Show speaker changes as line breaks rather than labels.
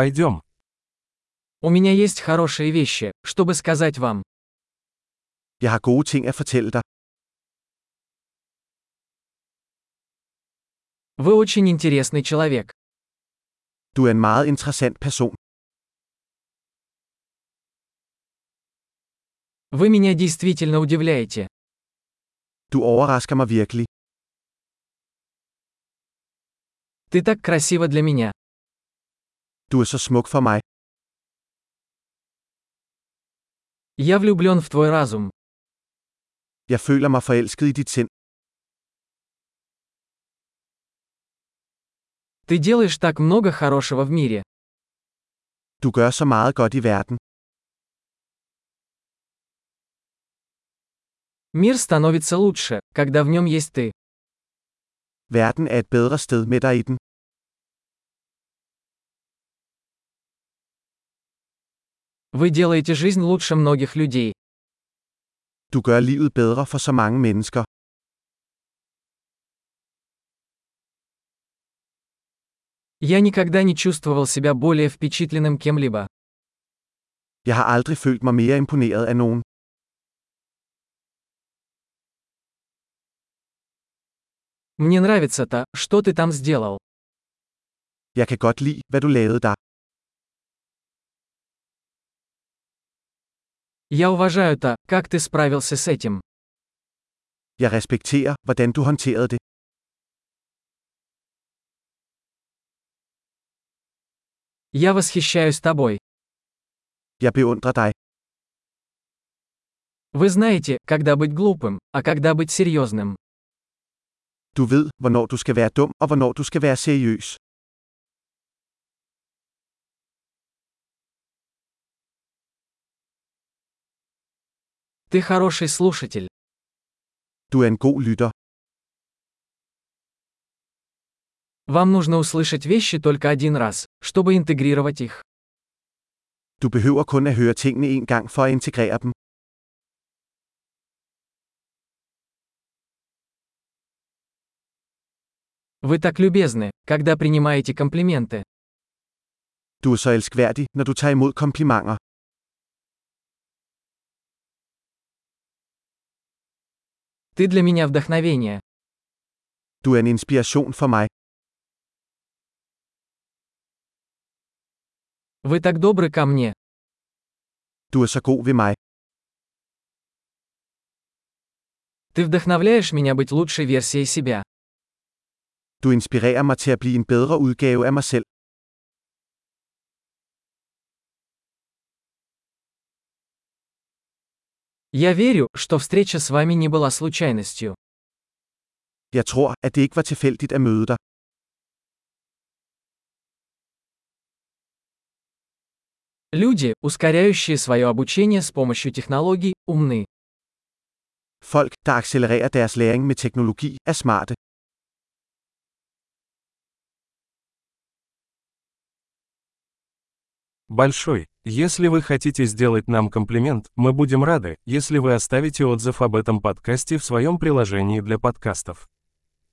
Пойдем.
У меня есть хорошие вещи, чтобы сказать вам.
Jeg har gode ting at fortælle dig.
Вы очень интересный человек.
Du er en meget interessant person.
Вы меня действительно удивляете.
Du overrasker mig virkelig.
Ты так красива для меня.
Du er så smuk for mig.
Я влюблен в твой разум.
Jeg føler mig forelsket i dit sind.
Ты делаешь так много хорошего в мире.
Du gør så meget godt i verden.
Мир становится лучше, когда в нем есть ты.
Verden er et bedre sted med dig i den.
Вы делаете жизнь лучше многих людей.
Du gør livet bedre for så mange mennesker.
Я никогда не чувствовал себя более впечатленным кем-либо.
Jeg har aldrig følt mig mere imponeret af nogen.
Мне нравится то, что ты там сделал.
Jeg kan godt lide, hvad du lavede der.
Я уважаю то, как ты справился с этим.
Jeg respekterer, hvordan du håndterede det.
Я восхищаюсь тобой.
Jeg beundrer dig.
Вы знаете, когда быть глупым, а когда быть серьезным.
Du ved, hvornår du skal være dum og hvornår du skal være seriøs.
Ты хороший слушатель.
Du er en god lytter.
Вам нужно услышать вещи только один раз, чтобы интегрировать их.
Du behøver kun at høre tingene en gang for at integrere dem.
Вы так любезны, когда принимаете комплименты.
Du er så elskværdig, når du tager imod komplimenter.
Ты для меня вдохновение.
Du er en inspiration for mig.
Вы так добры ко мне.
Du er så god ved mig.
Ты вдохновляешь меня быть лучшей версией себя.
Du inspirerer mig til at blive en bedre udgave af mig selv.
Я верю, что встреча с вами не была случайностью.
Jeg tror, at det ikke var tilfældigt at møde dig.
Люди, ускоряющие свое обучение с помощью технологий, умны.
Folk, der accelererer deres læring med teknologi, er smarte.
Большой. Если вы хотите сделать нам комплимент, мы будем рады, если вы оставите отзыв об этом подкасте в своем приложении для подкастов.